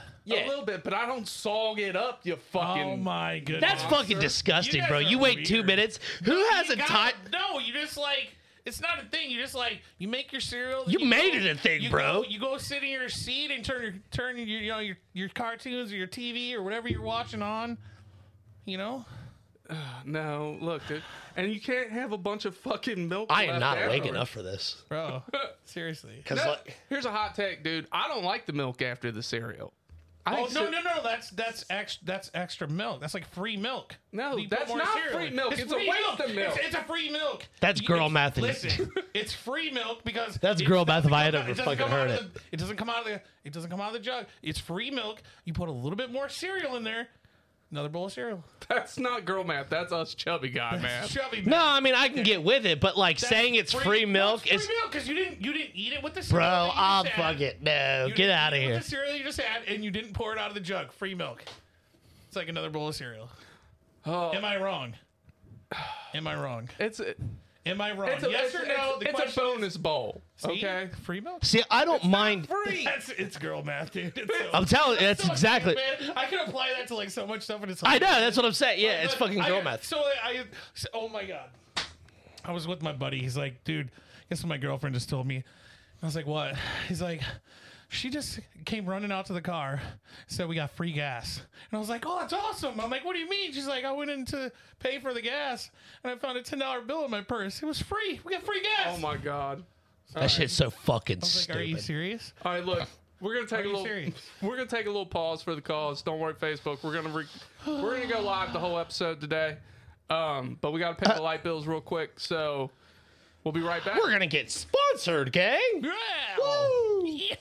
S1: little bit, but I don't sog it up. You fucking.
S5: Oh my goodness,
S2: That's fucking
S1: sir.
S2: disgusting,
S5: You guys
S2: bro.
S5: are
S2: You wait two
S5: weird.
S2: minutes. Who has a
S5: You
S2: time?
S5: gotta- No, you just like it's not a thing. You just like you make your cereal. then
S2: You made it a thing,
S5: you
S2: bro.
S5: Go, you go sit in your seat and turn your turn your you know your your cartoons or your TV or whatever you're watching on. You know,
S1: No, look, dude. And you can't have a bunch of fucking milk.
S2: I am
S1: left
S2: not awake
S1: afterwards.
S2: enough for this.
S5: bro. seriously.
S2: Cause
S1: No,
S2: like,
S1: here's a hot take, dude. I don't like the milk after the cereal. I
S5: Oh
S1: think
S5: no
S1: ce-
S5: no no! That's that's extra that's extra milk. That's like free milk.
S1: No,
S5: You put
S1: that's
S5: more
S1: not
S5: cereal
S1: free
S5: in.
S1: milk. It's a
S5: free
S1: waste of milk.
S5: It's, it's a free milk.
S2: That's
S5: You-
S2: girl
S5: it's-
S2: math.
S5: Listen, it's free milk because
S2: That's
S5: it
S2: girl math
S5: doesn't
S2: if I had
S5: come out-
S2: ever
S5: doesn't
S2: fucking
S5: come out
S2: heard
S5: of the- it doesn't come out of the it doesn't come out of the jug. It's free milk. You put a little bit more cereal in there. Another bowl of cereal.
S1: that's not girl math. That's us chubby guy math.
S5: Chubby
S2: no, I mean I can get with it, but like saying it's free, milk
S5: It's
S2: is,
S5: free milk because you didn't you didn't eat it with the
S2: bro.
S5: cereal. that you
S2: I'll
S5: just had.
S2: fuck it. No,
S5: You
S2: get
S5: didn't
S2: out of
S5: eat it with
S2: here.
S5: The cereal you just had, and you didn't pour it out of the jug. Free milk. It's like another bowl of cereal.
S1: Oh.
S5: Am I wrong? Am I wrong?
S1: It's a,
S5: Am I wrong?
S1: it's a, it's,
S5: yes or no?
S1: it's- it's a
S5: question
S1: bonus bowl.
S5: is- See?
S1: Okay.
S5: Free milk.
S2: See, I don't mind.
S1: Free.
S5: That's it's girl math, dude. It's so-
S2: I'm telling. That's
S5: so
S2: exactly.
S5: good, man. I can apply that to like so much stuff, and it's.
S2: I know.
S5: hilarious.
S2: That's what I'm saying. Yeah, it's
S5: But
S2: fucking
S5: I-
S2: girl math.
S5: So I, so- oh my god, I was with my buddy. He's like, dude, guess what my girlfriend just told me. I was like, what? He's like, she just came running out to the car, said we got free gas, and I was like, oh, that's awesome. I'm like, what do you mean? She's like, I went in to pay for the gas, and I found a ten dollar bill in my purse. It was free. We got free gas.
S1: Oh my god.
S2: That shit's so fucking
S5: I was like, are you
S2: stupid.
S5: serious?
S1: All right, look. We're gonna take
S5: Are
S1: a
S5: you
S1: little.
S5: serious?
S1: We're gonna take a little pause for the calls. Don't worry, Facebook. We're gonna re- we're gonna go live the whole episode today. Um, but we gotta pay the light bills real quick, so we'll be right back.
S2: We're gonna get sponsored, gang.
S5: Yeah.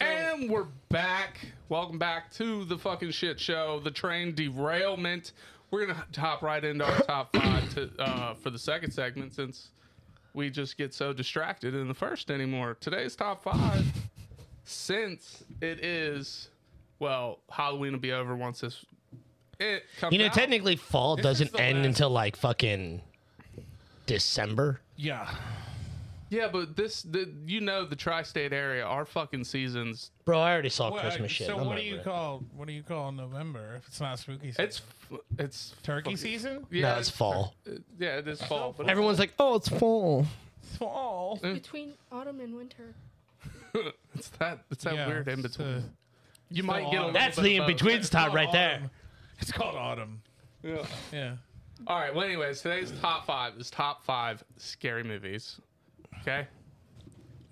S1: And we're back. Welcome back to the fucking shit show, the train derailment. We're gonna hop right into our top five to, uh, for the second segment since we just get so distracted in the first anymore. Today's top five, since it is, well, Halloween will be over once this it comes.
S2: You know,
S1: out.
S2: technically, fall
S1: is
S2: doesn't
S1: the
S2: end
S1: last-
S2: until like fucking December.
S5: Yeah.
S1: yeah, but this, the, you know, the tri-state area, our fucking seasons.
S2: Bro, I already saw
S5: Well,
S2: Christmas
S5: uh,
S2: shit.
S5: So
S2: I'm
S5: what
S2: not
S5: do you
S2: ready.
S5: call what do you call November if it's not spooky season?
S1: It's f- it's
S5: turkey
S1: fucking-
S5: season.
S1: Yeah,
S2: No, it's fall.
S1: Yeah, it is fall. But
S2: Everyone's like, oh, it's fall.
S5: Fall.
S3: Between autumn and winter.
S1: it's that it's that weird in between.
S5: uh,
S1: You might get a
S5: autumn.
S1: little
S2: That's
S1: bit of
S2: the in
S1: both.
S2: between time right there.
S5: It's called autumn.
S1: Yeah.
S5: Yeah.
S1: All right. Well, anyways, today's top five is top five scary movies. Okay.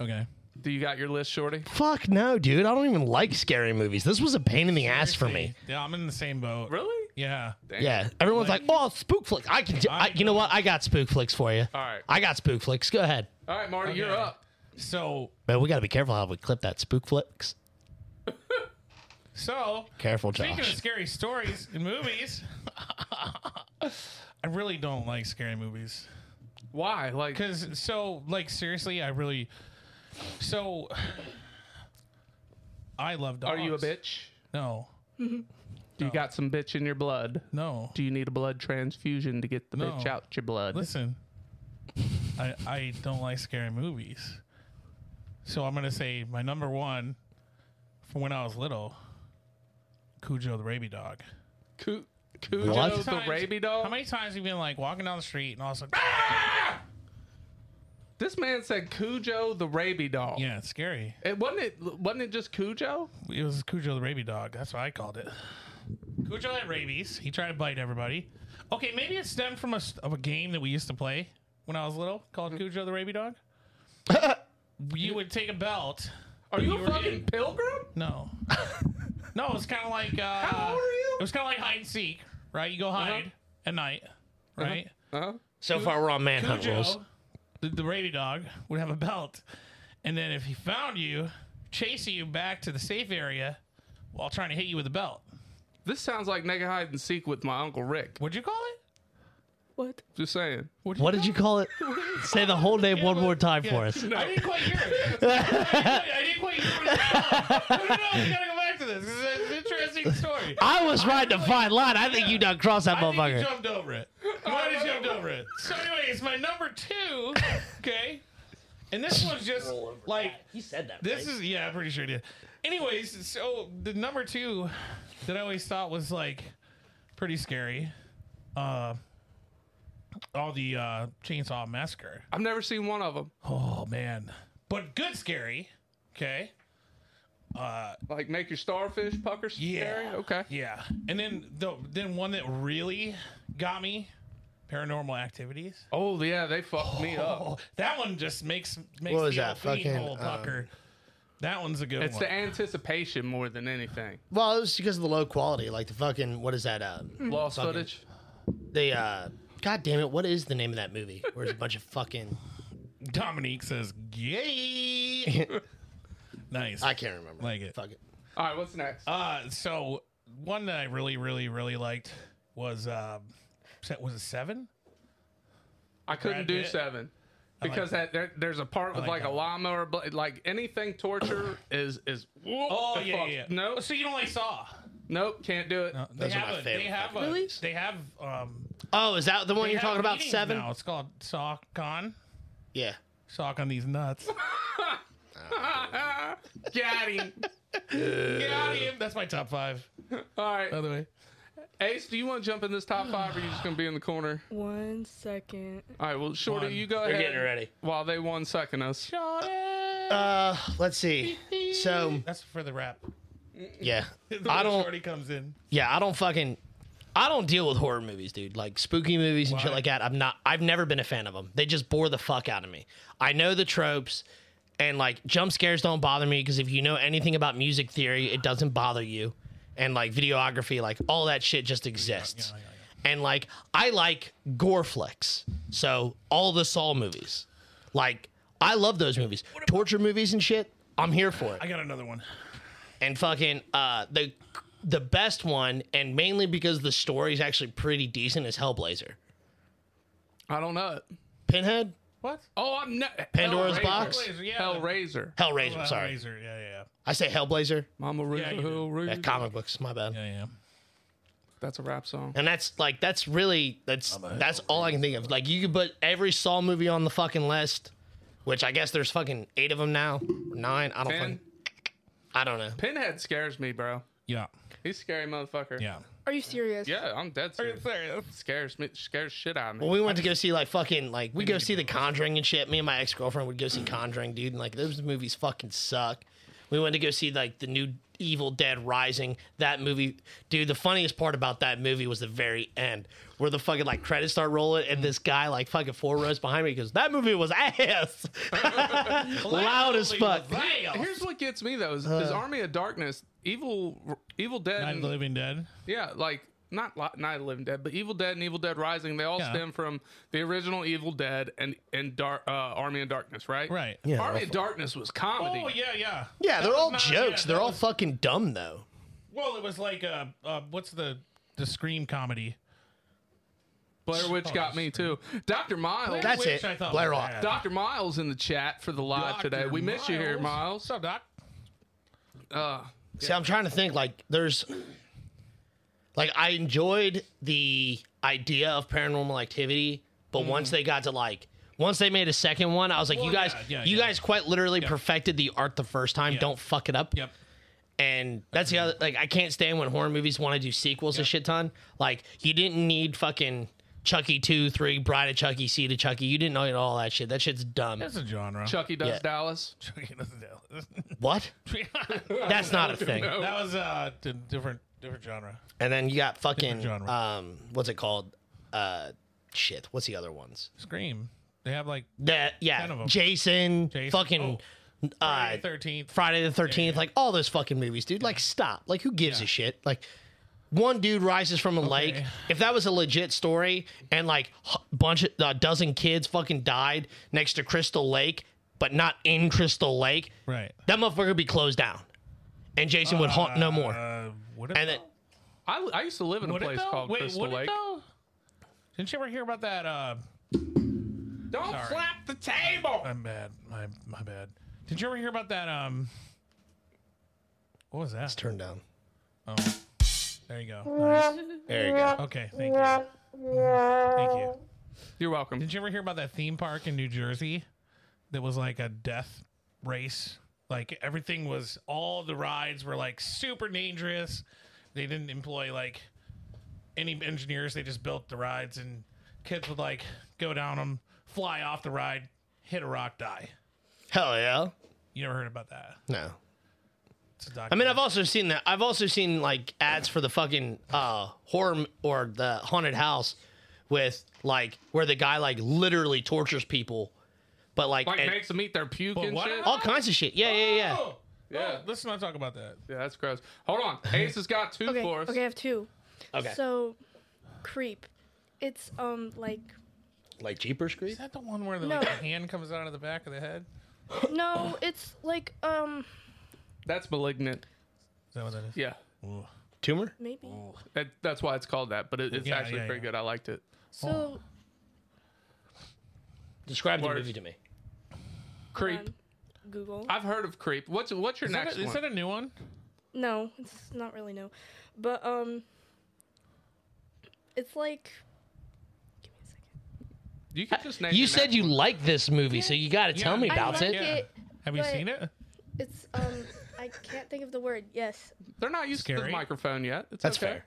S5: Okay.
S1: Do you got your list, Shorty?
S2: Fuck no, dude. I don't even like scary movies. This was a pain in the ass for me.
S5: Yeah, I'm in the same boat.
S1: Really?
S5: Yeah.
S2: Yeah, everyone's like, "Oh, spook flick." I can. do- I, you know what? I got spook flicks for you.
S1: All right.
S2: I got spook flicks. Go ahead.
S1: All right, Marty, you're
S5: Okay.
S1: up.
S5: So
S2: Man, we got to be careful how we clip that spook flicks.
S5: so
S2: Careful,
S5: speaking of
S2: Josh.
S5: scary stories and movies, I really don't like scary movies.
S1: Why? Like,
S5: Cause so like seriously, I really so I love dogs.
S1: are you a bitch?
S5: No.
S1: Do you got some bitch in your blood?
S5: No.
S1: Do you need a blood transfusion to get the
S5: No.
S1: bitch out your blood?
S5: Listen, I I don't like scary movies, so I'm gonna say my number one from when I was little, Cujo the Rabie Dog.
S1: Cu- Cujo
S2: What?
S1: the
S5: Times-
S1: rabid dog.
S5: How many times have you been like walking down the street and all of a sudden,
S1: this man said Cujo the rabid dog.
S5: yeah, it's scary.
S1: It wasn't it. Wasn't it just Cujo?
S5: It was Cujo the Rabie Dog. That's what I called it. Cujo had rabies. He tried to bite everybody. Okay, maybe it stemmed from a, s- of a game that we used to play when I was little
S1: Mm-hmm.
S5: called Cujo the Rabies Dog. you would take a belt.
S1: Are you
S5: You
S1: a
S5: were
S1: fucking
S5: in.
S1: pilgrim?
S5: No. no, it's kind of like. Uh,
S1: How old are Uh-huh. you?
S5: It was kind of like hide and seek, right? You go hide at night,
S1: Uh-huh.
S5: right?
S1: Huh?
S2: So far, we're on manhunt
S5: Cujo,
S2: rules.
S5: the, the rabid dog, would have a belt. And then if he found you, chasing you back to the safe area while trying to hit you with a belt.
S1: This sounds like naked hide and seek with my uncle Rick.
S5: What'd you call it?
S3: What?
S1: Just saying.
S2: What did you call it? Say the whole name one more time for us.
S5: I didn't quite hear it. I didn't quite hear it. No, no, no, we gotta go back to this. 'cause It's an interesting story.
S2: I was riding a fine line. I think you done crossed that
S5: I think you
S2: motherfucker.
S5: jumped over it. You might have jumped over it. So anyway, it's my number two. Okay. And this one's just like
S2: He said that.
S5: This is yeah, I'm pretty sure it did. Anyways, so the number two that I always thought was like pretty scary. Uh all the uh chainsaw massacre.
S1: I've never seen one of them.
S5: Oh man. But good scary. Okay.
S1: Like make your starfish pucker scary?
S5: Yeah.
S1: Okay.
S5: Yeah. And then the then one that really got me, paranormal activities.
S1: Oh yeah, they fucked me up.
S5: Oh, that one just makes makes
S4: What was
S5: the
S4: that,
S5: old fiend
S4: fucking,
S5: hole
S4: um,
S5: pucker. that one's a good
S1: It's
S5: one.
S1: the anticipation more than anything.
S4: Well, it was because of the low quality. Like the fucking what is that? Um,
S1: Lost
S4: Fucking-
S1: footage.
S4: they uh, god damn it, what is the name of that movie? Where it's a bunch of fucking
S5: Dominique says, "Yay!" nice.
S4: I can't remember.
S5: Like it.
S4: Fuck it.
S1: All right, what's next?
S5: Uh, so one that I really, really, really liked was um, se- was it seven?
S1: I couldn't
S5: Brad
S1: do
S5: Pitt.
S1: seven because that, there, there's a part with
S5: like
S1: like, a
S5: that
S1: llama or bla- like anything torture is is.
S5: Oh
S1: the
S5: yeah,
S1: fuck.
S5: yeah, yeah.
S1: Nope,
S5: So you don't like Saw?
S1: nope, can't do it.
S5: They
S4: Those are
S5: have
S4: my
S5: a, they
S4: favorite
S5: have a,
S3: Really?
S5: they have um.
S4: Oh, is that the one
S5: they
S4: you're
S5: have
S4: talking about?
S5: meetings
S4: Seven?
S5: Now. It's called Saw Con.
S4: Yeah.
S5: Sock on these nuts.
S1: Ah, Got him.
S5: Got him. That's my top five.
S1: All right,
S5: By the way,
S1: Ace, do you want to jump in this top five, or you just gonna be in the corner?
S3: One second.
S1: All right, well, Shorty,
S5: One.
S1: you go
S2: They're
S1: ahead.
S2: getting ready.
S1: While they one second us.
S4: Uh, let's see. So
S5: that's for the rap.
S4: yeah, I don't.
S5: Shorty comes in.
S4: Yeah, I don't fucking.
S2: I don't deal with horror movies, dude. Like spooky movies and shit
S5: Why?
S2: like that. I'm not. I've never been a fan of them. They just bore the fuck out of me. I know the tropes, and like jump scares don't bother me because if you know anything about music theory, it doesn't bother you, and like videography, like all that shit just exists. And like I like gore flicks, so all the Saw movies, like I love those movies, torture movies and shit. I'm here for it
S5: I got another one.
S2: and fucking uh the the best one and mainly because the story is actually pretty decent is hellblazer
S1: I don't know. it.
S2: pinhead
S5: What?
S1: Oh, I'm not.
S2: Pandora's
S1: Hellraiser.
S2: Box?
S5: Hellraiser, yeah.
S1: Hellraiser.
S2: hellraiser
S5: Well,
S2: sorry
S5: Razor, yeah, yeah,
S2: i say hellblazer
S1: Mama Razor.
S5: you did.
S1: Hellraiser.
S2: yeah, comic books my bad
S5: yeah, yeah, yeah.
S1: That's a rap song.
S2: and that's like that's really that's that's all i can think of like you could put every saw movie on the fucking list which i guess there's fucking eight of them now nine i don't
S1: Pin,
S2: fucking, i don't know
S1: Pinhead scares me, bro.
S5: Yeah,
S1: He's a scary motherfucker.
S5: yeah.
S3: Are you serious?
S1: Yeah, I'm dead serious. Scares me. Scares shit out of me.
S2: Well, we went to go see like fucking like we go see The Conjuring and shit. Me and my ex girlfriend would go see Conjuring, dude, and like those movies fucking suck. We went to go see like the new Evil Dead Rising. That movie, dude. The funniest part about that movie was the very end, where the fucking like credits start rolling, and this guy like fucking four rows behind me goes, "That movie was ass." Loud as fuck.
S1: Here's what gets me though: is,
S2: Uh.
S1: is Army of Darkness, Evil, Evil Dead,
S5: Night of
S1: and-
S5: the Living Dead.
S1: yeah, like not Li- Night of the Living Dead, but Evil Dead and Evil Dead Rising. They all
S5: Yeah.
S1: stem from the original Evil Dead and and Dark uh, Army of Darkness, right?
S5: Right.
S2: Yeah,
S1: Army
S2: they're
S1: of Darkness was comedy.
S5: Oh yeah, yeah.
S2: Yeah, they're all
S5: not-
S2: jokes.
S5: yeah,
S2: they're
S5: that
S2: all
S5: was-
S2: fucking dumb though.
S5: Well, it was like uh, uh what's the the Scream comedy?
S1: Blair Witch
S5: Oh,
S1: got me too. Doctor Miles.
S2: That's
S5: Which
S2: it.
S5: I thought
S2: Blair
S5: was
S2: Rock.
S5: bad.
S1: Doctor Miles in the chat for the live
S5: Dr.
S1: uh, today. We miss you here,
S5: Miles.
S1: Miles.
S5: What's up, Doc?
S1: Uh,
S2: See, I'm trying to think. Like, there's, like, I enjoyed the idea of Paranormal Activity, but once they got to like, once they made a second one, I was like, you
S5: Mm-hmm. Well,
S2: guys,
S5: yeah, yeah,
S2: you
S5: yeah.
S2: guys quite literally perfected the art the first time. Don't fuck it up.
S5: Yep.
S2: And that's the other. Like, I can't stand when horror movies want to do sequels a shit ton. Like, you didn't need fucking. Chucky two, three, Bride of Chucky, Seed of Chucky. You didn't know all that shit. That shit's dumb.
S5: That's a genre.
S1: Chucky does
S2: Yeah.
S1: Dallas.
S5: Chucky doesn't do it.
S2: What? That's not a thing.
S5: that was uh, d- different Different genre.
S2: And then you got fucking
S5: Different genre.
S2: um, what's it called? Uh, shit. What's the other ones?
S5: Scream. They have like
S2: That
S5: Ten of
S2: yeah,
S5: 'em.
S2: Jason,
S5: Jason. Oh.
S2: fucking uh,
S5: thirteenth.
S2: Friday the Thirteenth, like all those fucking movies, dude. Like stop. Like who gives a shit? Like one dude rises from a lake. If that was a legit story, and like a bunch of a dozen kids fucking died next to Crystal Lake, but not in Crystal Lake,
S5: Right.
S2: that motherfucker would be closed down, and Jason would haunt no more.
S5: Uh, what
S2: and then
S1: I, I used to live in a
S5: Would
S1: place
S5: it though?
S1: called
S5: Wait,
S1: Crystal
S5: would it
S1: Lake.
S5: though? Didn't you ever hear about that? Uh,
S1: Don't
S5: Sorry. Uh,
S1: slap the table.
S5: I'm bad. My my bad. Did you ever hear about that? Um, what was that? Oh,
S2: turn down.
S5: There you go. Nice.
S2: There you go.
S5: Okay, thank you. Mhm, Thank you.
S1: You're welcome.
S5: Did you ever hear about that theme park in New Jersey that was like a death race? Like everything was all the rides were like super dangerous. They didn't employ like any engineers. They just built the rides and kids would like go down them, fly off the ride, hit a rock, die.
S2: Hell yeah.
S5: You never heard about that?
S2: No.
S5: It's a
S2: I mean, I've also seen that. I've also seen like ads for the fucking uh, horror m- or the haunted house with like where the guy like literally tortures people, but like,
S1: Like
S2: and
S1: makes them eat their puke
S5: But
S1: and
S5: what
S1: shit.
S5: about-
S2: all kinds of shit. Yeah, yeah, yeah.
S5: Oh,
S1: Yeah.
S5: oh, let's not talk about that.
S1: Yeah, that's gross. Hold on. Ace has got two
S3: Okay.
S1: for us.
S3: Okay, I have two.
S2: Okay.
S3: So, creep. It's um like
S2: Like Jeepers
S5: Is
S2: Creep.
S5: that the one where the, like,
S3: No.
S5: the hand comes out of the back of the head?
S3: no, it's like um
S1: That's malignant.
S5: Is that what that is?
S1: Yeah.
S5: Ooh.
S2: Tumor.
S3: maybe.
S1: That, that's why it's called that, but it, it's
S5: Yeah,
S1: actually
S5: yeah,
S1: pretty
S5: yeah.
S1: good. I liked it.
S3: So
S2: Describe
S1: Worse.
S2: the movie to me.
S1: Creep.
S3: um, Google.
S1: I've heard of creep. What's what's your
S5: Is,
S1: next
S5: that a, is
S1: one?
S5: that a new one?
S3: No, it's not really no. But um it's like give me a second.
S1: you can just name.
S6: Uh, You
S1: your
S6: said
S1: next
S6: you like this movie, so you got to tell me
S5: I
S6: about
S3: I like
S6: it.
S5: Yeah.
S3: it.
S5: Have you
S3: But-
S5: seen it?
S3: It's um I can't think of the word. Yes.
S1: one. They're not used to the
S5: Scary.
S1: microphone yet. It's
S2: That's
S1: okay.
S2: fair.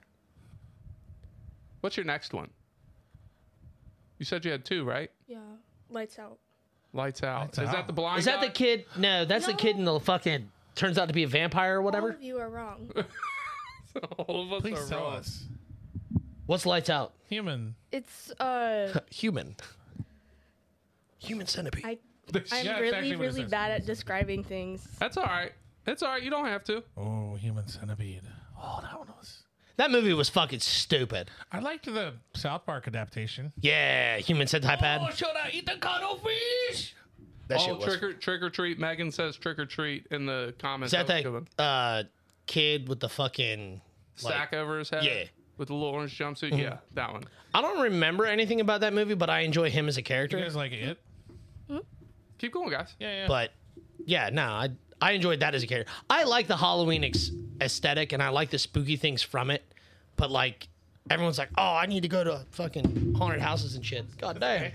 S1: What's your next one? You said you had two, right?
S3: Yeah. Lights out.
S1: Lights out.
S5: Lights
S1: is that
S5: Out.
S1: the blind?
S6: Is that the
S1: guy?
S6: kid? No, that's the kid in the fucking turns out to be a vampire or
S3: All
S6: whatever.
S3: of you are wrong.
S1: All of us
S5: Please
S1: are
S5: tell
S1: wrong.
S5: us.
S6: What's lights out?
S5: Human.
S3: It's uh
S2: Human. Human centipede.
S3: I I'm
S5: Yeah, that's
S3: really
S5: actually what it
S3: really
S5: says.
S3: bad at describing things.
S1: That's all right. It's all right. You don't have to.
S5: Oh, human centipede. Oh, that one was.
S2: that movie was fucking stupid.
S5: I liked the South Park adaptation.
S2: Yeah, human centipede.
S5: Oh,
S1: Oh,
S5: should I eat the cuttlefish?
S2: that
S1: All
S2: shit was.
S1: Oh, trick or trick or treat. Megan says trick or treat in the
S2: Is
S1: comments.
S2: that
S1: was a good
S2: that
S1: one.
S2: uh, kid with the fucking? like-
S1: sack over his head?
S2: Yeah. Mm-hmm.
S1: With the little orange jumpsuit. Yeah, that one.
S2: I don't remember anything about that movie, but I enjoy him as a character.
S5: You guys like it?
S1: Keep going, guys.
S5: Yeah, yeah.
S2: but yeah, no, I I enjoyed that as a character. I like the Halloween ex- aesthetic and I like the spooky things from it, but like everyone's like, oh, I need to go to fucking haunted houses and shit. God damn.
S5: Okay.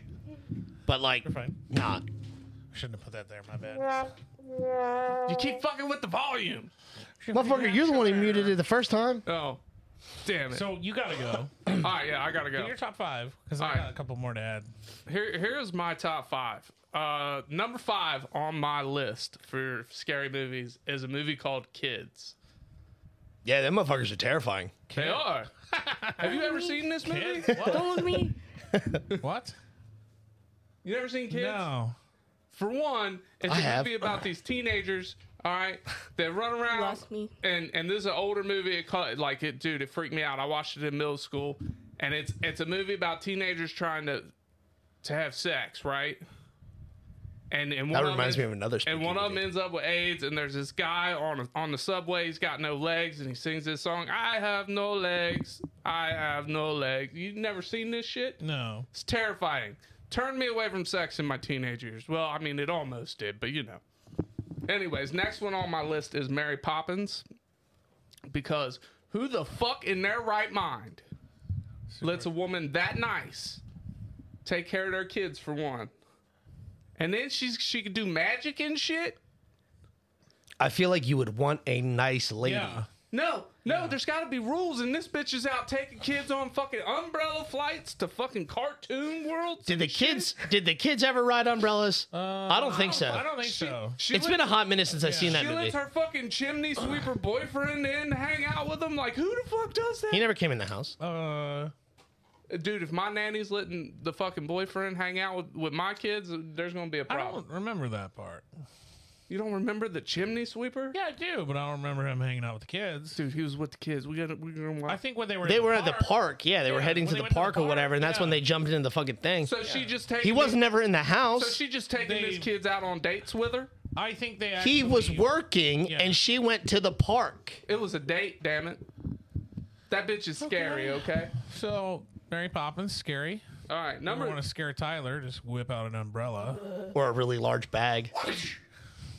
S2: But like,
S5: You're fine.
S2: nah,
S5: I shouldn't have put that there. My bad.
S1: You keep fucking with the volume.
S2: motherfucker, you're the one who muted it the first time.
S1: Oh, damn it.
S5: So you gotta go.
S1: all right, yeah, I gotta go.
S5: Do your top five because
S1: All
S5: I
S1: right.
S5: got a couple more to add.
S1: Here, here's my top five. Uh, number five on my list for scary movies is a movie called Kids.
S2: Yeah, them motherfuckers are terrifying.
S1: They are. Have you ever seen this movie?
S5: Kids? What?
S3: Don't me.
S5: what?
S1: You never seen Kids?
S5: No.
S1: For one, it's
S2: I
S1: a
S2: have.
S1: movie about these teenagers. All right, that run around.
S3: Lost me.
S1: And and this is an older movie. It caught, like it, dude. It freaked me out. I watched it in middle school, and it's it's a movie about teenagers trying to to have sex, right? And and one
S2: That
S1: of
S2: reminds
S1: them-
S2: me of another.
S1: and
S2: spooky
S1: one of them
S2: movie.
S1: ends up with AIDS, and there's this guy on on the subway. He's got no legs, and he sings this song. I have no legs. I have no legs. You never seen this shit?
S5: No.
S1: It's terrifying. Turned me away from sex in my teenage years. Well, I mean, it almost did, but you know. Anyways, next one on my list is Mary Poppins, because who the fuck in their right mind lets a woman that nice take care of their kids for one? And then she's she could do magic and shit.
S2: I feel like you would want a nice lady.
S5: Yeah.
S1: No, no, there's got to be rules, and this bitch is out taking kids on fucking umbrella flights to fucking cartoon worlds.
S4: Did the kids? Did the kids ever ride umbrellas? I don't think so.
S5: Um, I don't think so.
S1: She
S4: It's
S1: let-
S4: been a hot minute since I've seen that
S1: She
S4: movie.
S1: lets her fucking chimney sweeper boyfriend in to hang out with him. Like, who the fuck does that?
S4: He never came in the house.
S5: Uh,
S1: Dude, if my nanny's letting the fucking boyfriend hang out with, with my kids, there's gonna be a
S5: I
S1: problem.
S5: don't remember that part.
S1: you don't remember the chimney sweeper?
S5: Yeah, I do, but I don't remember him hanging out with the kids.
S1: Dude, he was with the kids. We gotta, we gotta
S5: I
S1: watch.
S5: think when they were
S4: They
S5: in
S4: were at the park. Yeah, they were
S5: Yeah,
S4: heading
S5: when
S4: to
S5: they
S4: the
S5: went to the
S4: park or
S5: park,
S4: whatever, and that's when
S5: yeah.
S4: they jumped into the fucking thing.
S1: So she just taking
S4: He was
S1: these-
S4: never in the
S1: So
S4: house.
S1: she just taking
S5: They-
S1: these kids out on dates with her.
S5: I think they.
S4: he was
S5: actually-
S4: working, and she went to the park.
S1: It was a date. Damn it. That bitch is scary. Okay.
S5: So Mary Poppins, scary.
S1: All right.
S5: I
S1: Number.
S5: want to scare Tyler. Just whip out an
S1: Uh,
S5: umbrella.
S4: or a really large bag.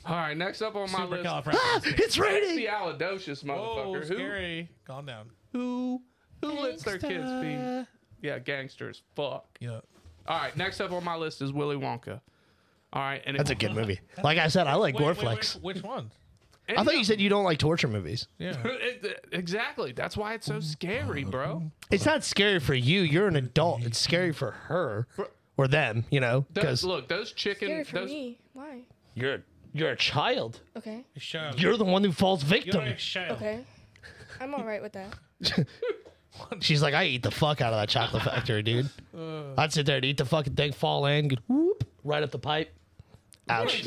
S1: All right. Next up on my list.
S5: Supercalifragistic.
S4: it's raining.
S1: The Aladocious
S5: Oh,
S1: motherfucker. who,
S5: scary. Calm down.
S1: who who lets their kids be? Yeah, gangsters. Fuck.
S5: Yeah.
S1: All right. Next up on my list is Willy Wonka. All right. And
S4: That's a good movie. Like I said, I like
S5: Wait,
S4: gore
S5: wait,
S4: flicks.
S5: Which, which one?
S4: I thought you said you don't like torture movies.
S5: Yeah.
S1: It- exactly. That's why it's so scary, bro.
S4: It's not scary for you. You're an adult. It's scary for her or them. You know,
S1: Those,
S4: because
S1: look, those chicken.
S3: Scary for
S1: Those,
S3: me. Why?
S2: You're you're a child.
S3: Okay.
S5: Shut up.
S4: you're the one who falls
S5: You're
S4: victim.
S5: a child.
S3: Okay. I'm all right with that.
S4: She's like, I eat the fuck out of that chocolate factory, dude. I'd sit there and eat the fucking thing, fall in, get whoop right up the pipe. Ouch.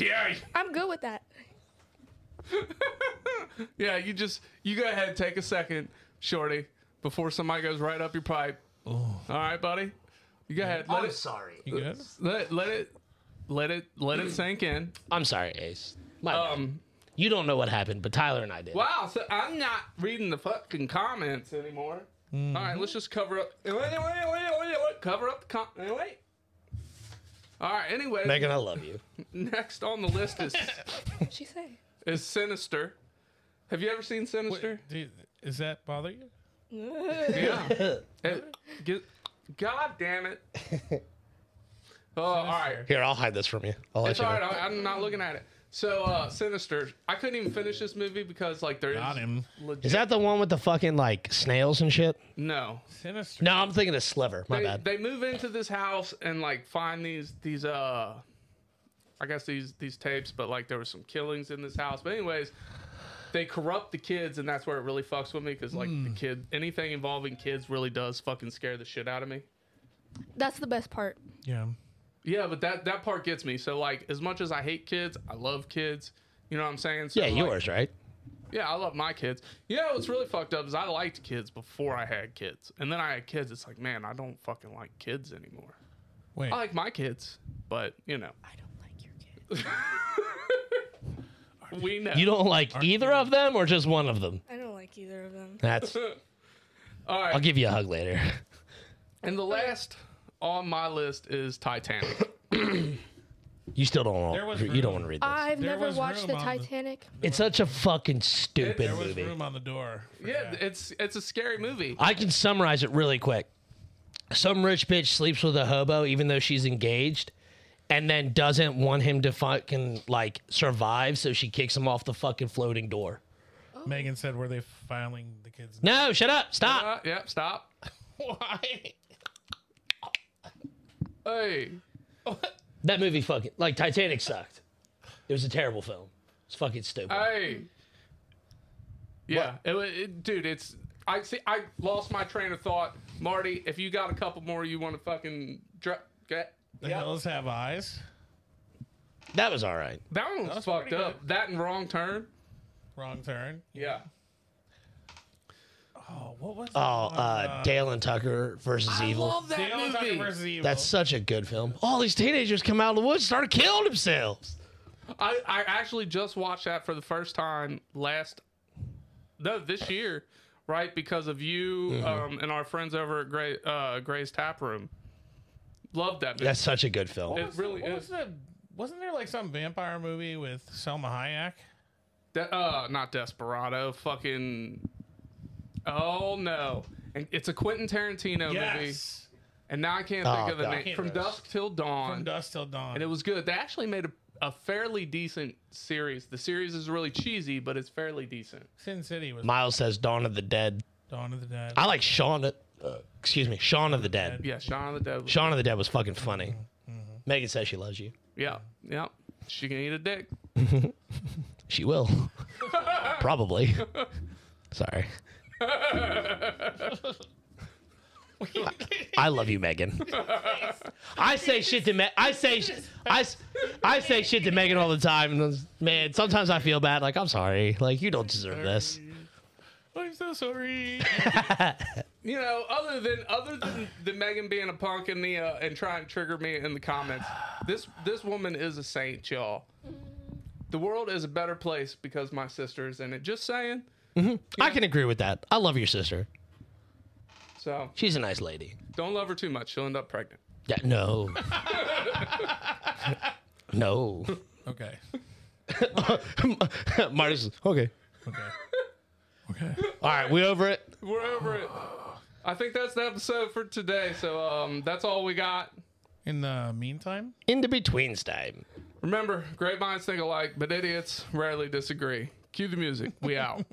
S1: yeah.
S3: I'm good with that.
S1: Yeah. You just you go ahead. Take a second, shorty, before somebody goes right up your pipe.
S5: Oh.
S1: All right, buddy. You go ahead.
S2: Oh,
S1: Let it
S4: sorry.
S5: You good?
S1: let let it let it let it sink in.
S2: I'm sorry, Ace. My bad.
S1: Um.
S2: you don't know what happened, but Tyler and I did.
S1: Wow, so I'm not reading the fucking comments anymore. All right, let's just cover up. Wait, wait, wait, wait, wait, cover up the com- Wait. All right. Anyway,
S4: Megan, I love you.
S1: next on the list is
S3: What'd she say?
S1: is Sinister. Have you ever seen Sinister?
S5: Dude, does that bother you?
S1: Yeah. It- get- God damn it. Oh, all right.
S4: Here, I'll hide this from you. I'll let
S1: It's
S4: you
S1: all right.
S4: know.
S1: I, I'm not looking at it. So, uh, Sinister. I couldn't even finish this movie because like there is
S5: Got him.
S1: legit
S4: Is that the one with the fucking like snails and shit?
S1: no.
S5: Sinister.
S4: No, I'm thinking of Sliver. My
S1: they,
S4: bad.
S1: they move into this house and like find these these uh I guess these these tapes, but like there were some killings in this house. But anyways, they corrupt the kids, and that's where it really fucks with me because like the
S4: Hmm.
S1: kid, anything involving kids really does fucking scare the shit out of me.
S3: That's the best part.
S5: Yeah.
S1: Yeah, but that that part gets me. So like, as much as I hate kids, I love kids. You know what I'm saying? So,
S4: yeah,
S1: like,
S4: yours, right?
S1: Yeah, I love my kids. You know what's really fucked up is I liked kids before I had kids, and then I had kids. It's like, man, I don't fucking like kids anymore.
S5: Wait.
S1: I like my kids, but you know.
S3: I don't like your kid.
S1: We know.
S4: You don't like either of them or just one of them?
S3: I don't like either of them.
S4: That's.
S1: All right.
S4: I'll give you a hug later.
S1: And the last on my list is Titanic.
S4: You still don't
S5: There
S4: want.
S5: was
S4: You
S5: room.
S4: don't want to read this.
S3: I've
S5: There
S3: never
S5: was
S3: watched
S5: room
S3: the
S5: on the-
S3: Titanic.
S2: It's such a fucking stupid
S5: there was
S2: movie.
S5: room on the door. for
S1: yeah,
S5: that.
S1: it's it's a scary movie.
S2: I can summarize it really quick. Some rich bitch sleeps with a hobo even though she's engaged and then doesn't want him to fucking like survive, so she kicks him off the fucking floating door.
S5: Megan said, "Were they filing the kids?"
S2: No, shut up, stop.
S1: Uh, yep. Stop.
S5: Why?
S1: Hey.
S2: That movie fucking like Titanic sucked. It was a terrible film. It's fucking stupid.
S5: Uh,
S1: Hey. Yeah. It, wa- it, dude, it's. I see. I lost my train of thought, Marty. If you got a couple more, you want to fucking dr- get.
S5: The
S1: Yeah.
S5: hills have eyes.
S2: that was all right.
S1: That one was,
S5: was
S1: fucked
S5: pretty
S1: up. That and wrong turn.
S5: Wrong turn.
S1: Yeah.
S5: Oh, what was?
S2: Oh, uh, Dale and Tucker versus Evil.
S1: Love that
S5: Dale Tucker
S1: movie.
S5: versus Evil.
S2: That's such a good film. All these teenagers come out of the woods, and start killing themselves.
S1: I, I actually just watched that for the first time last no this year, right? Because of you
S2: Mm-hmm.
S1: um, and our friends over at Gray, uh, Gray's Tap Room. Loved that. Movie.
S2: That's such a good film.
S1: it really
S5: what was
S1: is.
S5: the? Wasn't there like some vampire movie with Selma Hayek?
S1: De- uh, not Desperado. Fucking. Oh no! And it's a Quentin Tarantino movie,
S5: Yes.
S1: and now I can't
S2: Oh,
S1: think of the
S2: God.
S1: name. From
S5: Can't-
S1: dusk till dawn,
S5: From dusk till dawn.
S1: and it was good. They actually made a a fairly decent series. The series is really cheesy, but it's fairly decent.
S5: Sin City was
S2: Miles says Dawn of the Dead.
S5: Dawn of the Dead.
S2: I like Shaun. Of, uh, excuse me, Shaun of the Dead.
S1: Yeah, Mm-hmm. Shaun of the Dead.
S2: Shaun of the Dead was fucking funny. Megan says she loves you.
S1: Yeah, yeah. She can eat a dick.
S2: She will. Probably. Sorry. I love you, Megan. I say shit to Me- I say sh- I, s- I say shit to Megan all the time. And man, sometimes I feel bad. Like I'm sorry. Like you don't deserve this.
S5: I'm so sorry.
S1: You know, other than other than the Megan being a punk and the uh, and trying to trigger me in the comments, this this woman is a saint, y'all. The world is a better place because my sister is in it. Just saying.
S2: I can agree with that. I love your sister.
S1: So
S2: She's a nice lady.
S1: don't love her too much. She'll end up pregnant.
S2: Yeah, no. no.
S5: okay.
S2: Marty's okay.
S5: Okay. Okay.
S2: All right, we over it.
S1: We're over it. I think that's the episode for today. So um, that's all we got.
S5: In the meantime,
S2: Into betweens time.
S1: Remember, great minds think alike, but idiots rarely disagree. Cue the music. We out.